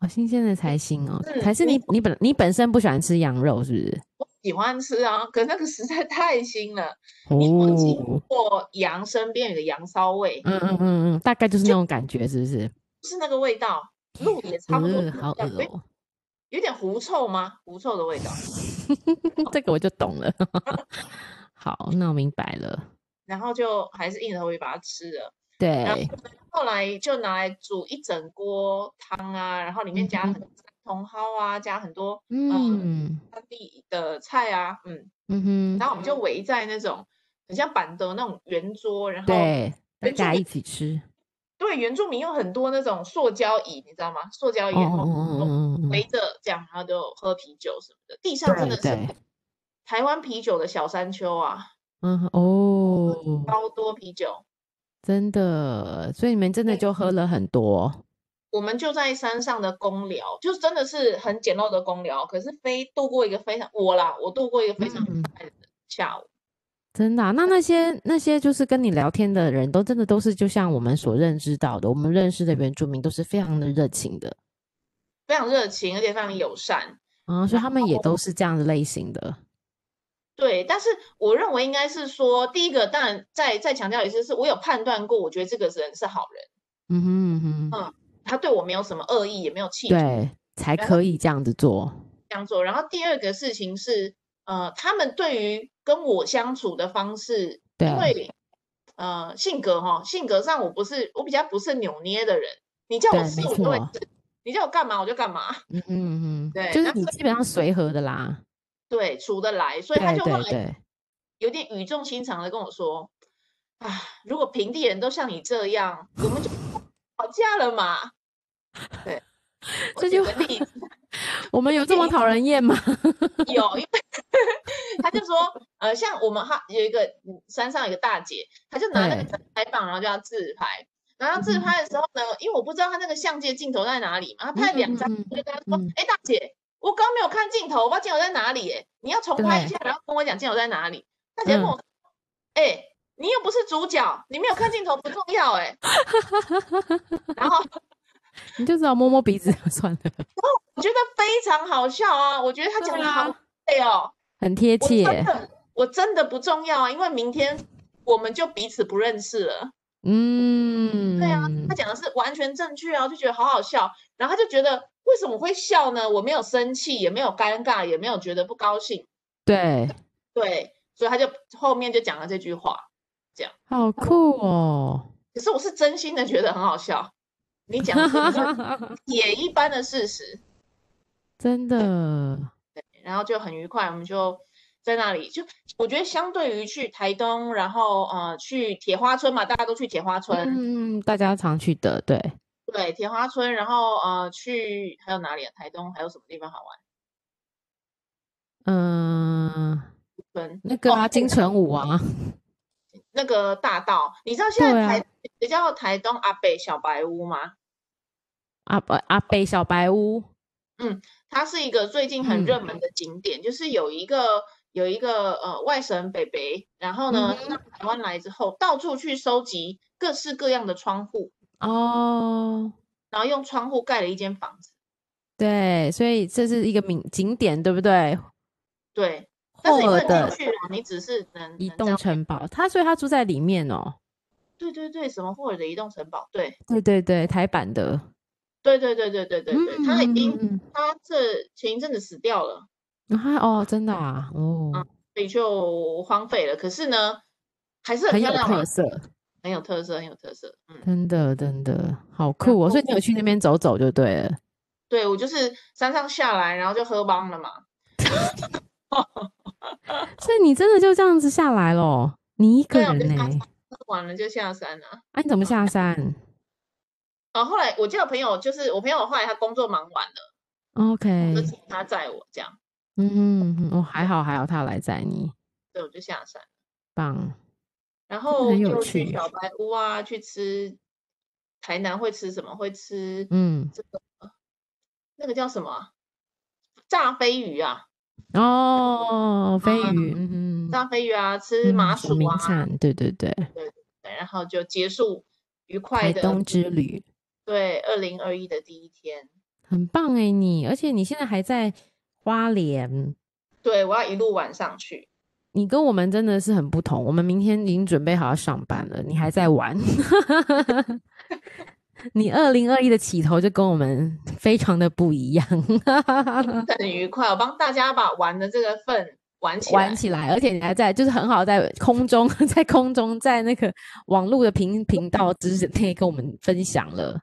Speaker 1: 哦，新鲜的才行哦。
Speaker 2: 嗯
Speaker 1: 还是
Speaker 2: 你
Speaker 1: 你你本你本身不喜欢吃羊肉是不是？
Speaker 2: 我喜欢吃啊，可那个实在太腥了。你有没有
Speaker 1: 哦
Speaker 2: 经，过羊身边有个羊骚味，
Speaker 1: 嗯嗯嗯嗯，大概就是那种感觉是不是？
Speaker 2: 就是那个味道，鹿也差不多
Speaker 1: 嗯，
Speaker 2: 是
Speaker 1: 好
Speaker 2: 这样，
Speaker 1: 恶
Speaker 2: 有有点狐臭吗？狐臭的味道。
Speaker 1: 哦， 这个我就懂了。 好，那我明白了。
Speaker 2: 然后就还是硬着头皮把它吃了。然后
Speaker 1: 对，
Speaker 2: 后来就拿来煮一整锅汤啊，然后里面加
Speaker 1: 嗯
Speaker 2: 很多山茼蒿啊，加很多
Speaker 1: 嗯
Speaker 2: 当地的菜啊，嗯，
Speaker 1: 嗯
Speaker 2: 呃
Speaker 1: 哼，
Speaker 2: 然后我们就围在那种很像板凳那种圆桌，然后
Speaker 1: 对，大
Speaker 2: 原住
Speaker 1: 家
Speaker 2: 民
Speaker 1: 一起吃。
Speaker 2: 对原住民有很多那种塑胶椅，你知道吗？塑胶
Speaker 1: 哦
Speaker 2: 椅，然
Speaker 1: 哦
Speaker 2: 后
Speaker 1: 哦
Speaker 2: 就
Speaker 1: 哦哦
Speaker 2: 围
Speaker 1: 哦，
Speaker 2: 着这样，然后就喝啤酒什么的。地上真
Speaker 1: 对
Speaker 2: 的是
Speaker 1: 对，
Speaker 2: 台湾啤酒的小山丘啊，
Speaker 1: 嗯哦，
Speaker 2: 超多啤酒。
Speaker 1: 真的，所以你们真的
Speaker 2: 对
Speaker 1: 就喝了很多。
Speaker 2: 我们就在山上的公寮，就是真的是很简陋的公寮，可是非度过一个非常我啦，我度过一个非常愉
Speaker 1: 嗯
Speaker 2: 快的下午。
Speaker 1: 真的啊、那那些那些就是跟你聊天的人都真的都是就像我们所认知到的，我们认识的原住民都是非常的热情的
Speaker 2: 非常热情，而且非常友善。
Speaker 1: 啊，所以他们也都是这样的类型的。
Speaker 2: 对，但是我认为应该是说，第一个，当然再再强调一次，是我有判断过，我觉得这个人是好人，
Speaker 1: 嗯哼嗯哼，
Speaker 2: 嗯他对我没有什么恶意，也没有企图
Speaker 1: 对，才
Speaker 2: 然
Speaker 1: 可以这样子做。
Speaker 2: 这样做。然后第二个事情是，呃，他们对于跟我相处的方式，
Speaker 1: 对
Speaker 2: 因为呃性格哈，性格上我不是我比较不是扭捏的人，你叫我
Speaker 1: 对
Speaker 2: 吃
Speaker 1: 没
Speaker 2: 我就会
Speaker 1: 错
Speaker 2: 吃，你叫我干嘛我就干嘛，
Speaker 1: 嗯哼嗯哼，
Speaker 2: 对
Speaker 1: 就是
Speaker 2: 那
Speaker 1: 你
Speaker 2: 所
Speaker 1: 基本上随和的啦。
Speaker 2: 对，处得来，所以他
Speaker 1: 对
Speaker 2: 就后
Speaker 1: 对
Speaker 2: 来
Speaker 1: 对，
Speaker 2: 有点语重心长的跟我说，啊，如果平地人都像你这样，我们就不吵架了嘛。 对，我
Speaker 1: 这
Speaker 2: 举
Speaker 1: 句
Speaker 2: 个例子
Speaker 1: 我们有这么讨人厌吗？
Speaker 2: 有，因为 他就说，呃，像我们哈有一个嗯山上有个大姐，她就拿那个
Speaker 1: 对
Speaker 2: 自拍棒，然后就要自拍。然后自
Speaker 1: 嗯
Speaker 2: 拍的时候呢，因为我不知道她那个相机的镜头在哪里嘛，她拍了两张，
Speaker 1: 嗯嗯嗯
Speaker 2: 我就跟她说
Speaker 1: 嗯：“
Speaker 2: 哎、大姐，我刚没有看镜头，我不知道镜头在哪里、欸，你要重拍一
Speaker 1: 对
Speaker 2: 下，然后跟我讲镜头在哪里。”大姐就跟
Speaker 1: 嗯
Speaker 2: 我说：“哎、你又不是主角，你没有看镜头不重要、 欸，哎。”然后
Speaker 1: 你就只好摸摸鼻子 算了，
Speaker 2: 我觉得非常好笑啊，我觉得她讲的好对哦。
Speaker 1: 很贴
Speaker 2: 我真
Speaker 1: 啊切。
Speaker 2: 的我真的不重要啊，因为明天我们就彼此不认识了。
Speaker 1: 嗯，
Speaker 2: 对啊，他讲的是完全正确啊，就觉得好好笑，然后他就觉得为什么会笑呢？我没有生气，也没有尴尬，也没有觉得不高兴，
Speaker 1: 对，
Speaker 2: 对，所以他就后面就讲了这句话。
Speaker 1: 好酷哦。
Speaker 2: 可是我是真心的觉得很好笑，你讲的是 不是铁一般的事实，
Speaker 1: 真的，
Speaker 2: 然后就很愉快，我们就。在那里，就我觉得相对于去台东，然后呃去铁花村嘛，大家都去铁花村，
Speaker 1: 嗯，大家常去的，对，
Speaker 2: 对，铁花村，然后呃，去还有哪里啊？台东还有什么地方好玩？
Speaker 1: 嗯，
Speaker 2: 村
Speaker 1: 那个啊，
Speaker 2: 哦
Speaker 1: 金城武啊，
Speaker 2: 那个大道，你知道现在
Speaker 1: 对啊
Speaker 2: 台也叫台东阿北小白屋吗？
Speaker 1: 阿伯阿北小白屋，
Speaker 2: 它是一个最近很热
Speaker 1: 嗯
Speaker 2: 门的景点，就是有一个有一个呃外省北北，然后
Speaker 1: 嗯
Speaker 2: 呢，他到台湾来之后，到处去收集各式各样的窗户，
Speaker 1: 哦，
Speaker 2: 然后用窗户盖了一间房子。
Speaker 1: 对，所以这是一个名景点，对不对？
Speaker 2: 对，但
Speaker 1: 霍
Speaker 2: 是你不
Speaker 1: 尔
Speaker 2: 能
Speaker 1: 的
Speaker 2: 进去啊，你只是能
Speaker 1: 移
Speaker 2: 能这样
Speaker 1: 动城堡，他所以他住在里面哦。
Speaker 2: 对对对，什么霍尔的移动城堡，对
Speaker 1: 对对对，台版的，
Speaker 2: 对对对对对对对，他已经
Speaker 1: 嗯
Speaker 2: 他这前一阵子死掉了，
Speaker 1: 嗯嗯嗯啊哦，真的啊，哦，
Speaker 2: 所以就荒废了。可是呢，还是很
Speaker 1: 很有
Speaker 2: 漂亮嘛啊
Speaker 1: 特，色，
Speaker 2: 很有特色，很有特色。嗯，
Speaker 1: 真的真的好酷哦！所以你有去那边走走就对了。
Speaker 2: 对我就是山上下来，然后就喝帮了嘛。
Speaker 1: 所以你真的就这样子下来咯，你一个
Speaker 2: 对啊，我
Speaker 1: 人
Speaker 2: 就
Speaker 1: 呢、
Speaker 2: 下山，喝完了就下山了。
Speaker 1: 啊，你怎么下山
Speaker 2: 哦，后来我就有朋友，就是我朋友后来他工作忙完了，
Speaker 1: ？OK，
Speaker 2: 我就请他载我这样，
Speaker 1: 嗯哼嗯哼，哦，还好还好，他有来载你，
Speaker 2: 对，我就下山，
Speaker 1: 棒。的
Speaker 2: 然后
Speaker 1: 很有
Speaker 2: 就去
Speaker 1: 趣
Speaker 2: 小白屋啊，去吃台南会吃什么？会吃
Speaker 1: 嗯，
Speaker 2: 那个叫什么啊炸飞鱼啊，
Speaker 1: 哦，飞
Speaker 2: 啊
Speaker 1: 鱼，嗯哼，
Speaker 2: 炸飞鱼啊，吃麻
Speaker 1: 嗯小
Speaker 2: 薯
Speaker 1: 名
Speaker 2: 啊，
Speaker 1: 产，对对对，
Speaker 2: 对然后就结束愉快
Speaker 1: 台
Speaker 2: 的
Speaker 1: 东之旅，
Speaker 2: 对二零二一的第一天。
Speaker 1: 很棒哎、你，而且你现在还在花莲，
Speaker 2: 对，我要一路玩上去。
Speaker 1: 你跟我们真的是很不同。我们明天已经准备好要上班了，你还在 玩。你二零二一的起头就跟我们非常的不一样，嗯
Speaker 2: 很愉快，我帮大家把玩的这个份玩起来。
Speaker 1: 玩起来，而且你还在，就是很好在空中， 在空中，在那个网络的频频道之内跟我们分享了。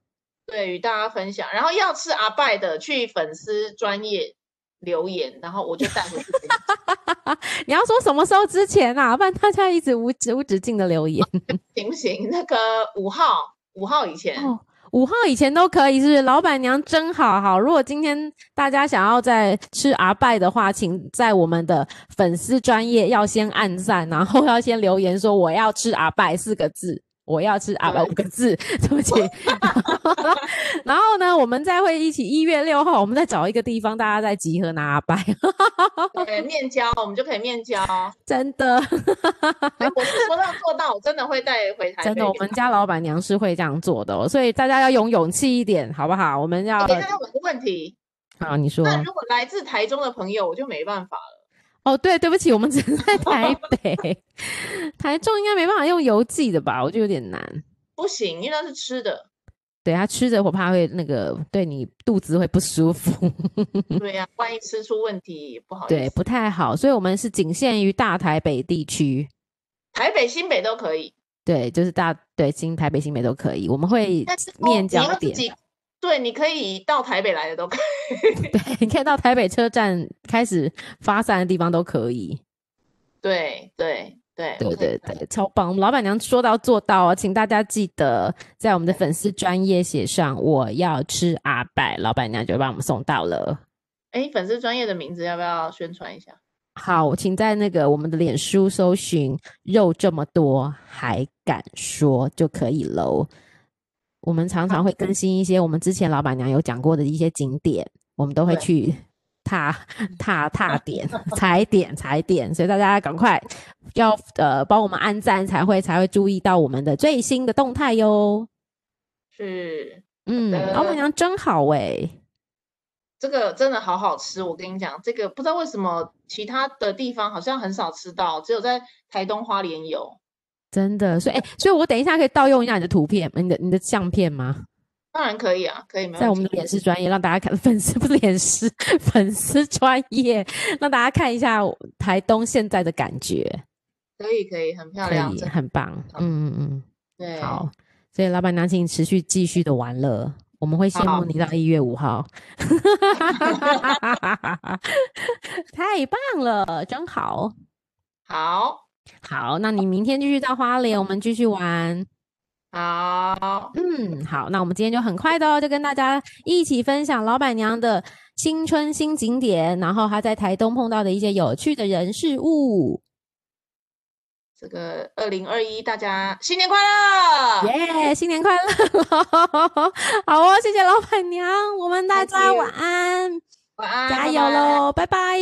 Speaker 2: 对，与大家分享。然后要吃阿拜的，去粉丝专业留言，然后我就带回去给你吃
Speaker 1: 你要说什么时候之前啊？不然大家一直无止无止境的留言。
Speaker 2: 行不行？那个五号，五号以前，
Speaker 1: 哦，五号以前都可以，是不是？老板娘真好好。如果今天大家想要在吃阿拜的话，请在我们的粉丝专业要先按赞，然后要先留言说我要吃阿拜四个字。 我要吃阿拜
Speaker 2: 对
Speaker 1: 五个字， 对不起。然后呢，我们再会一起一月六号，我们再找一个地方，大家再集合拿阿拜。
Speaker 2: 对，面交，我们就可以面交。哦
Speaker 1: 真的，
Speaker 2: 哎我是说到做到，我真的会带回台北。
Speaker 1: 真的，我们。家老板娘是会这样做的、哦，所以大家要有勇气一点，好不好？我们要啊
Speaker 2: 哎，那我有个问题，
Speaker 1: 好，你说。
Speaker 2: 那如果来自台中的朋友，我就没办法了。
Speaker 1: 哦，对，对不起，我们只是 在台北，台中应该没办法用邮寄的吧？我觉得有点难。
Speaker 2: 不行，因为那是吃的。
Speaker 1: 对，他吃着我怕会那个对你肚子会不舒服，
Speaker 2: 哦对呀、万一吃出问题不好意
Speaker 1: 嗯对，
Speaker 2: 思。
Speaker 1: 不太好，所以我们是仅限于大台北地区。
Speaker 2: 台北、新北都可以，
Speaker 1: 对，就是大对新台北新北都可以，我们会
Speaker 2: 但是说
Speaker 1: 面
Speaker 2: 你
Speaker 1: 交
Speaker 2: 要自
Speaker 1: 点。
Speaker 2: 己，对，你可以到台北来的都可以。
Speaker 1: 对，你可以到台北车站开始发散的地方都可以。
Speaker 2: 对对对
Speaker 1: 对
Speaker 2: 我可以
Speaker 1: 对对，超棒！我们老板娘说到做到哦，请大家记得在我们的粉丝专业写上“我要吃阿拜”，老板娘就会帮我们送到了。
Speaker 2: 哎，粉丝专业的名字要不要宣传一下？
Speaker 1: 好，请在那个我们的脸书搜寻“肉这么多还敢说”就可以喽。我们常常会更新一些我们之前老板娘有讲过的一些景点，我们都会
Speaker 2: 对
Speaker 1: 去踏踏踏点、踩点、踩点，所以大家赶快要呃帮我们按赞，才会才会注意到我们的最新的动态哟。
Speaker 2: 是
Speaker 1: 嗯，老板
Speaker 2: 的
Speaker 1: 娘真好哎、
Speaker 2: 这个真的好好吃，我跟你讲，这个不知道为什么其他的地方好像很少吃到，只有在台东花莲有。
Speaker 1: 真的。所以哎、所以我等一下可以盗用一下你的图片、你的你的相片吗？
Speaker 2: 当然可以啊，可以，没
Speaker 1: 在我
Speaker 2: 问
Speaker 1: 们的
Speaker 2: 题。
Speaker 1: 脸师专业，让大家看 粉丝不是脸师 粉丝专业，让大家看一下我台东现在的感觉，
Speaker 2: 可以可以，很漂
Speaker 1: 可
Speaker 2: 亮，
Speaker 1: 以
Speaker 2: 真
Speaker 1: 很棒，嗯嗯
Speaker 2: 对
Speaker 1: 嗯，，好，所以老板娘，请持续继续的玩乐，我们会羡
Speaker 2: 好
Speaker 1: 慕你到一月五号， 太棒了，真好，
Speaker 2: 好
Speaker 1: 好，那你明天继续到花莲，我们继续玩。
Speaker 2: 好，
Speaker 1: 嗯，好，那我们今天就很快的哦，就跟大家一起分享老板娘的新春新景点，然后她在台东碰到的一些有趣的人事物。
Speaker 2: 这个二零二一，大家新年快乐！
Speaker 1: 耶，新年快乐！ 好哦，谢谢老板娘，我们大
Speaker 2: 再
Speaker 1: 家
Speaker 2: 见
Speaker 1: 晚安，
Speaker 2: 晚安，
Speaker 1: 加
Speaker 2: 拜
Speaker 1: 油
Speaker 2: 拜
Speaker 1: 喽，拜拜